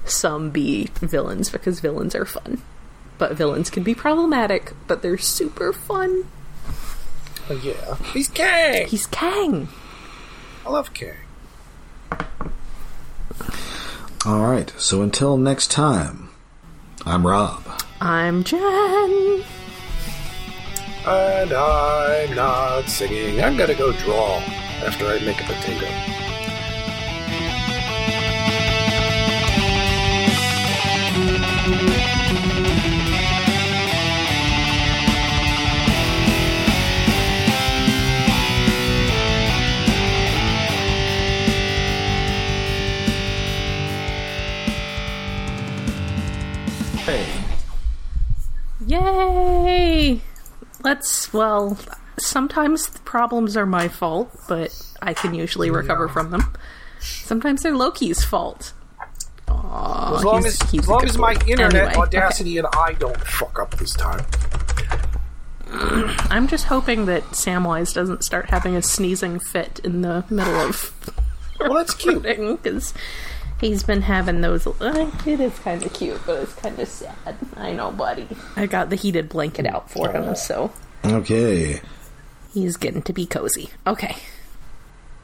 S2: some be villains because villains are fun but villains can be problematic but they're super fun
S3: oh, yeah, he's Kang.
S2: he's kang
S3: I love Kang.
S1: All right. So until next time, I'm Rob.
S2: i'm jen
S3: And I'm not singing. I'm gonna go draw after I make a potato.
S1: Hey.
S2: yay let's well sometimes the problems are my fault but i can usually recover from them sometimes they're loki's fault Aw,
S3: As long
S2: he's-
S3: as,
S2: he's
S3: as,
S2: a
S3: long
S2: good
S3: as my
S2: boy.
S3: internet
S2: Anyway,
S3: audacity and I don't fuck up this time.
S2: okay. i'm just hoping that samwise doesn't start having a sneezing fit in the middle of *laughs*
S3: Well, that's cute.
S2: because he's been having those uh, it is kind of cute but it's kind of sad i know buddy Oh, i got the heated blanket out for him so
S1: Okay.
S2: he's getting to be cozy okay